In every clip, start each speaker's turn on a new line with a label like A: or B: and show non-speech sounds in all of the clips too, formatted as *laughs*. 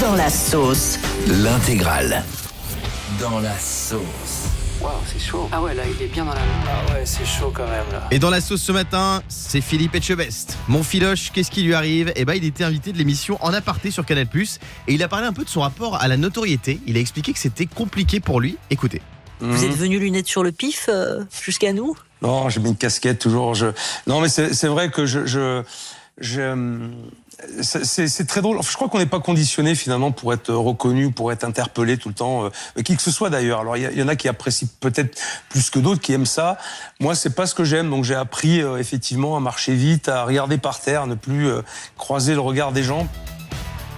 A: Dans la sauce.
B: L'intégrale. Dans la sauce.
C: Waouh, c'est chaud. Ah ouais, là, il est bien dans la. Ah ouais, c'est chaud quand même, là.
D: Et dans la sauce ce matin, c'est Philippe Etchebest. Mon filoche, qu'est-ce qui lui arrive Eh ben, il était invité de l'émission En aparté sur Canal+, et il a parlé un peu de son rapport à la notoriété. Il a expliqué que c'était compliqué pour lui. Écoutez.
E: Vous
D: Mhm.
E: êtes venu lunettes sur le pif euh, jusqu'à nous
F: Non, j'ai mis une casquette toujours. Je... Non, mais c'est c'est vrai que je. je, je- euh, c'est- C'est c'est très drôle. Enfin, je crois qu'on n'est pas conditionné finalement pour être reconnu, pour être interpellé tout le temps, euh, qui que ce soit d'ailleurs. Alors il y a- il y, en a qui apprécient peut-être plus que d'autres, qui aiment ça. Moi, c'est pas ce que j'aime. Donc j'ai appris euh, effectivement à marcher vite, à regarder par terre, à ne plus euh, croiser le regard des gens.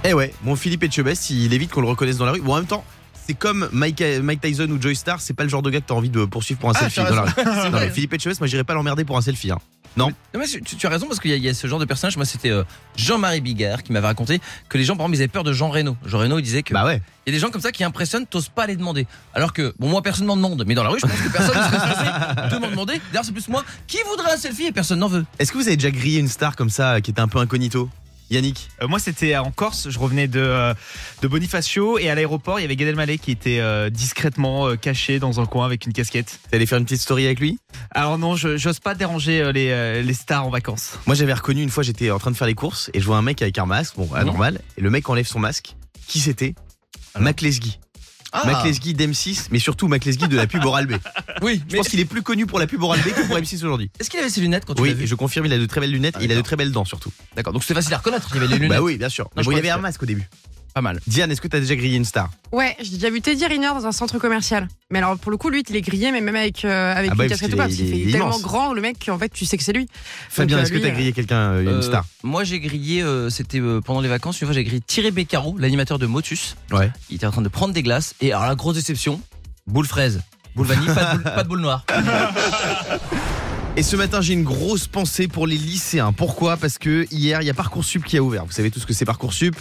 D: Eh ouais, mon Philippe Etchebest, il évite qu'on le reconnaisse dans la rue. Bon, en même temps, c'est comme Mike, Mike Tyson ou Joy Star, c'est pas le genre de gars que t'as envie de poursuivre pour un
G: Ah,
D: selfie
G: t'as
D: dans la
G: raison. *laughs*
D: rue. Non, mais Philippe Etchebest, moi j'irais pas l'emmerder pour un selfie. hein.
G: Non, mais tu, tu as raison parce qu'il y, a- il y a ce genre de personnage. Moi, c'était euh, Jean-Marie Bigard qui m'avait raconté que les gens, par exemple, ils avaient peur de Jean Reno. Jean Reno, il disait que
D: Bah ouais.
G: il y a des gens comme ça qui impressionnent, t'oses pas les demander. Alors que, bon, moi, personne m'en demande. Mais dans la rue, je pense que personne ne serait
D: *laughs*
G: stressé de m'en demander. D'ailleurs, c'est plus moi qui voudrait un selfie et personne n'en veut.
D: Est-ce que vous avez déjà grillé une star comme ça euh, qui était un peu incognito Yannick
H: Euh, moi, c'était en Corse. Je revenais de, euh, de Bonifacio et à l'aéroport, il y avait Gad Elmaleh qui était euh, discrètement euh, caché dans un coin avec une casquette.
D: T'es allé faire une petite story avec lui
H: Alors non, je- j'ose pas déranger euh, les, euh, les stars en vacances.
D: Moi j'avais reconnu une fois j'étais en train de faire les courses et je vois un mec avec un masque, bon ah,
G: Mhm.
D: normal, et le mec enlève son masque. Qui c'était
G: Alors
D: Mac Lesguy.
G: Ah,
D: Mac Lesguy d'M6, mais surtout Mac Lesguy de la pub Oral B.
G: oui,
D: Je
G: mais
D: pense qu'il est plus connu pour la pub Oral B que pour M6 aujourd'hui.
G: est-ce qu'il avait ses lunettes quand tu
D: Oui,
G: l'as
D: et
G: vu
D: je confirme, il a de très belles lunettes,
G: Ah,
D: et il a de
G: d'accord.
D: très belles dents surtout.
G: D'accord, donc c'était facile à reconnaître. Il y avait les lunettes.
D: Bah oui, bien sûr.
G: Non, je
D: Bon, il
G: croyais
D: avait
G: que
D: un
G: c'était-
D: masque au début.
G: Pas mal.
D: Diane, est-ce que t'as déjà grillé une star
I: Ouais, j'ai déjà vu Teddy Riner dans un centre commercial. Mais alors, pour le coup, lui, il est grillé, mais même avec, euh, avec
D: Ah bah,
I: une
D: parce
I: casquette
D: qu'il
I: ou pas,
D: est-
I: parce
D: il
I: qu'il
D: est
I: fait tellement
D: immense.
I: grand, le mec, qu'en fait, tu sais que c'est lui.
D: Fabien,
I: euh,
D: est-ce que
I: lui,
D: t'as
I: euh,
D: grillé quelqu'un, euh, une
G: Euh,
D: star
G: Moi, j'ai grillé, euh, c'était euh, pendant les vacances, une fois, j'ai grillé Thierry Beccaro, l'animateur de Motus.
D: Ouais.
G: Il était en train de prendre des glaces. Et alors, la grosse déception, boule fraise. Boule vanille, pas de boule, pas de boule noire.
D: Et ce matin, j'ai une grosse pensée pour les lycéens. Pourquoi Parce que hier, il y a Parcoursup qui a ouvert. Vous savez tout ce que c'est Parcoursup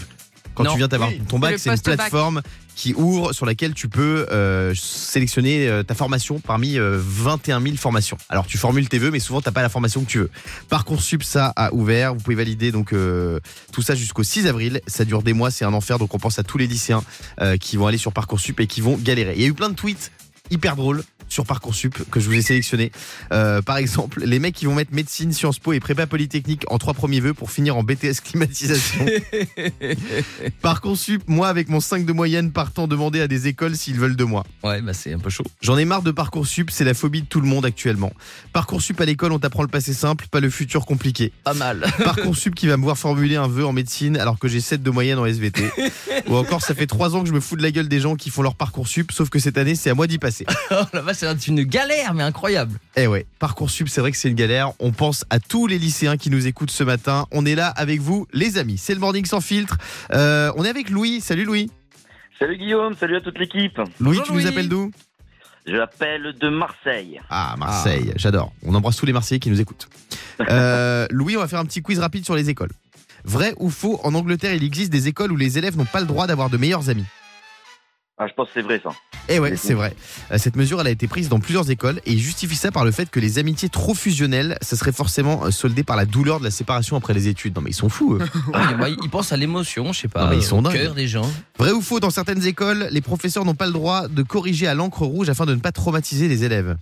D: Quand
G: Non.
D: tu viens d'avoir
I: Oui,
D: ton bac,
I: le
D: c'est une
I: post-bac.
D: plateforme qui ouvre sur laquelle tu peux euh, sélectionner euh, ta formation parmi euh, 21 000 formations. Alors tu formules tes vœux, mais souvent t'as pas la formation que tu veux. Parcoursup, ça a ouvert. Vous pouvez valider donc euh, tout ça jusqu'au 6 avril. Ça dure des mois, c'est un enfer. Donc on pense à tous les lycéens euh, qui vont aller sur Parcoursup et qui vont galérer. Il y a eu plein de tweets hyper drôles sur Parcoursup que je vous ai sélectionnés. Euh, par exemple, les mecs qui vont mettre médecine, Sciences Po et prépa polytechnique en trois premiers vœux pour finir en BTS climatisation. Parcoursup, moi avec mon 5 de moyenne partant demander à des écoles s'ils veulent de moi.
G: Ouais, bah c'est un peu chaud.
D: J'en ai marre de Parcoursup, c'est la phobie de tout le monde actuellement. Parcoursup à l'école, on t'apprend le passé simple, pas le futur compliqué.
G: Pas mal.
D: Parcoursup qui va me voir formuler un vœu en médecine alors que j'ai 7 de moyenne en SVT. Ou encore, ça fait 3 ans que je me fous de la gueule des gens qui font leur Parcoursup, sauf que cette année, c'est à moi d'y passer.
G: *laughs* Oh la vache, c'est une galère, mais incroyable.
D: Eh ouais, Parcoursup, c'est vrai que c'est une galère. On pense à tous les lycéens qui nous écoutent ce matin. On est là avec vous, les amis. C'est le morning sans filtre. Euh, on est avec Louis. Salut Louis.
J: Salut Guillaume, salut à toute l'équipe.
D: Louis,
G: Bonjour,
D: tu
G: Louis.
D: nous appelles d'où
J: Je l'appelle de Marseille.
D: Ah, Marseille, j'adore. On embrasse tous les Marseillais qui nous écoutent. Euh, Louis, on va faire un petit quiz rapide sur les écoles. Vrai ou faux, en Angleterre, il existe des écoles où les élèves n'ont pas le droit d'avoir de meilleurs amis.
J: Ah, je pense que c'est vrai ça.
D: Eh ouais, c'est vrai. Euh, Cette mesure, elle a été prise dans plusieurs écoles et il justifie ça par le fait que les amitiés trop fusionnelles, ça serait forcément euh, soldé par la douleur de la séparation après les études. Non mais ils sont fous. eux.
G: Ouais, moi, ils pensent à l'émotion, je sais pas,
D: Non, mais ils
G: euh,
D: sont
G: au
D: dingues.
G: cœur des gens.
D: Vrai ou faux, dans certaines écoles, les professeurs n'ont pas le droit de corriger à l'encre rouge afin de ne pas traumatiser les élèves.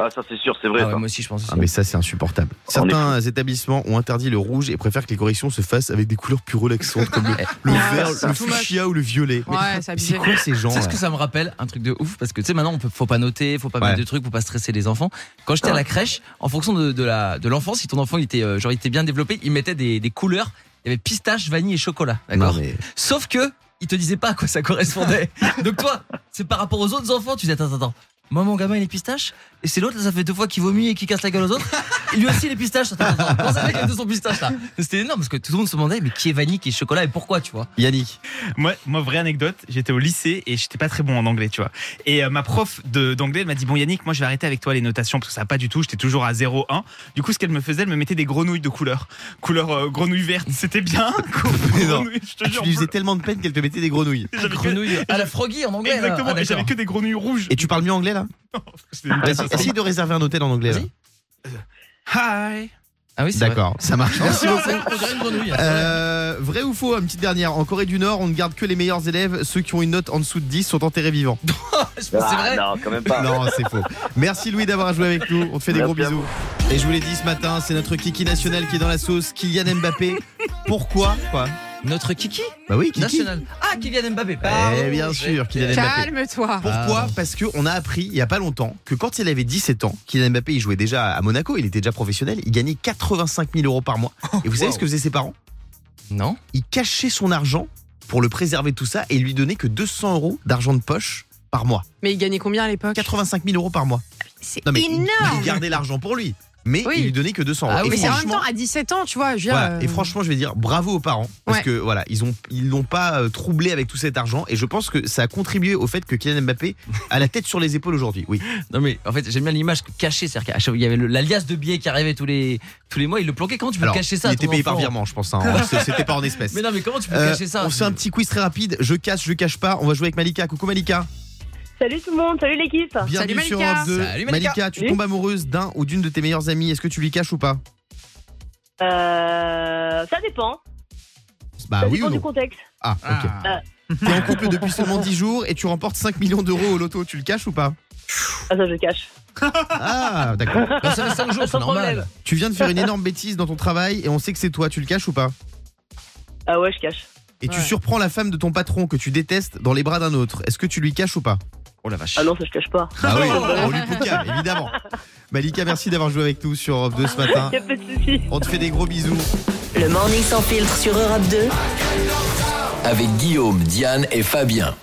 J: Ah, ça c'est sûr, c'est vrai
G: Ah ouais,
J: ça.
G: moi aussi, je pense. aussi.
D: Ah, mais ça, c'est insupportable. Certains établissements ont interdit le rouge et préfèrent que les corrections se fassent avec des couleurs plus relaxantes comme le, le
I: Ah,
D: vert,
I: c'est
D: le
I: too much.
D: fuchsia ou le violet. Mais-
I: Ouais, c'est
D: mais c'est
I: abusé.
D: quoi ces gens
G: Tu sais ce
D: là
G: que ça me rappelle Un truc de ouf, parce que tu sais, maintenant, on peut, faut pas noter, faut pas
D: Ouais.
G: mettre de trucs, faut pas stresser les enfants. Quand j'étais à la crèche, en fonction de, de la de l'enfant, si ton enfant il était, euh, genre, il était bien développé, il mettait des, des couleurs. Il y avait pistache, vanille et chocolat. D'accord
D: Non, mais-
G: Sauf que, il te disait pas à quoi
H: *laughs*
G: ça correspondait. Donc toi, c'est par rapport aux autres enfants, tu dis attends, attends, attends. Moi, mon gamin, il est pistache. Et c'est l'autre, là, ça fait deux fois qu'il vomit et qu'il casse la gueule aux autres. Et lui aussi, il est pistache. Attends, attends, attends. Comment ça fait qu'il a de son pistache, là C'était énorme parce que tout le monde se demandait, mais qui est vanille, qui est chocolat et pourquoi, tu vois
D: Yannick,
H: Moi, moi vraie anecdote, j'étais au lycée et j'étais pas très bon en anglais, tu vois. Et euh, ma prof de- d'anglais, elle m'a dit Bon, Yannick, moi je vais arrêter avec toi les notations parce que ça va pas du tout, j'étais toujours à 0,1. Du coup, ce qu'elle me faisait, elle me mettait des grenouilles de couleur. Couleur euh, grenouille verte, c'était bien.
D: Mais non.
H: grenouille, je te
D: Ah, tu
H: jure.
D: lui faisais tellement de peine qu'elle te mettait des grenouilles.
H: j'avais que-
G: Grenouille à la froggy en anglais. là.
H: Exactement,
G: Ah,
H: et
G: d'accord.
H: j'avais que des grenouilles rouges.
D: Et tu parles mieux anglais là Ah,
H: C'était une
D: Vas-y,
H: catastrophe.
D: Essaye de réserver un hôtel en anglais. là.
G: Vas-y.
H: Hi,
G: Ah oui, c'est vrai.
D: D'accord, ça marche. Merci
G: On
D: beaucoup.
G: dirait une grenouille.
D: Euh, vrai ou faux, une petite dernière. En Corée du Nord, on ne garde que les meilleurs élèves. Ceux qui ont une note en dessous de 10 sont enterrés vivants.
G: C'est
J: Ah,
G: vrai.
J: Non, quand même pas.
D: Non, c'est faux. Merci Louis d'avoir joué avec nous. On te fait des
J: Merci
D: gros
J: à
D: bisous. Et je vous l'ai dit ce matin, c'est notre Kiki national qui est dans la sauce, Kylian Mbappé. Pourquoi Quoi
G: Notre Kiki
D: Bah oui, Kiki.
G: national. Ah, Kylian Mbappé.
D: Eh
G: pardon.
D: bien sûr, Kylian Mbappé.
I: Calme-toi.
D: Pourquoi
G: Ah.
D: Parce qu'on a appris il y a pas longtemps que quand il avait 17 ans, Kylian Mbappé, il jouait déjà à Monaco, il était déjà professionnel, il gagnait 85 000 euros
J: *laughs*
D: par mois. Et vous savez ce que faisaient ses parents
G: Non.
D: il cachait son argent pour le préserver de tout ça et lui donnait que 200 euros d'argent de poche par mois.
I: Mais il gagnait combien à l'époque
D: 85 000 euros par mois.
I: C'est
D: Non mais il- il
I: énorme.
D: gardait l'argent pour lui, mais
I: Oui.
D: il lui donnait que 200 euros. et,
G: Ah oui,
I: Mais c'est en même
D: franchement,
I: temps à 17 ans, tu vois. Je veux dire,
D: voilà,
I: euh,
D: et franchement, je vais dire bravo aux parents parce
I: Ouais.
D: que voilà, ils ont ils l'ont pas euh, troublé avec tout cet argent et je pense que ça a contribué au fait que Kylian Mbappé a la tête sur les épaules aujourd'hui. Oui.
G: Non mais en fait j'aime bien l'image cachée, c'est-à-dire qu'à chaque- il y avait le- l'alias de billets qui arrivait tous les tous les mois, il le planquait. Comment tu peux
D: Alors,
G: cacher ça à
D: il était
G: ton
D: payé par
G: enfant
D: virement, je
G: *laughs*
D: pense. hein. C'était pas en espèces.
G: Mais non mais comment tu peux
D: Euh,
G: cacher ça
D: on se fait un petit quiz très rapide. Je cache, je cache pas. On va jouer avec Malika. Coucou Malika.
K: Salut tout le monde, salut l'équipe.
D: Bienvenue
I: Salut,
D: sur
I: Malika.
D: Europe 2.
G: Salut,
D: Malika.
G: Malika.
D: tu
K: Oui.
D: tombes amoureuse d'un ou d'une de tes meilleures amies. Est-ce que tu lui caches ou pas
K: Euh, ça dépend.
D: Bah
K: ça
D: oui
K: dépend
D: ou
K: du
D: non
K: contexte.
D: Ah, ok.
G: Ah.
D: T'es en couple depuis seulement 10 jours et tu remportes 5 millions d'euros au loto. Tu le caches ou pas
K: Ah, ça je cache.
D: Ah, d'accord.
G: Non, ça fait 5 jours, c'est
K: Sans
G: normal.
K: problème.
D: Tu viens de faire une énorme bêtise dans ton travail et on sait que c'est toi. Tu le caches ou pas
K: Ah ouais, je cache.
D: Et tu
I: Ouais.
D: surprends la femme de ton patron que tu détestes dans les bras d'un autre. Est-ce que tu lui caches ou pas
G: Oh la vache.
K: Ah non, ça je cache pas.
D: Bah
G: *laughs*
D: oui, on lui fout le câble, évidemment. Malika, merci d'avoir joué avec nous sur Europe 2 ce matin.
K: Y a pas de soucis.
D: On te fait des gros bisous.
A: Le morning sans filtre sur Europe 2.
B: Avec Guillaume, Diane et Fabien.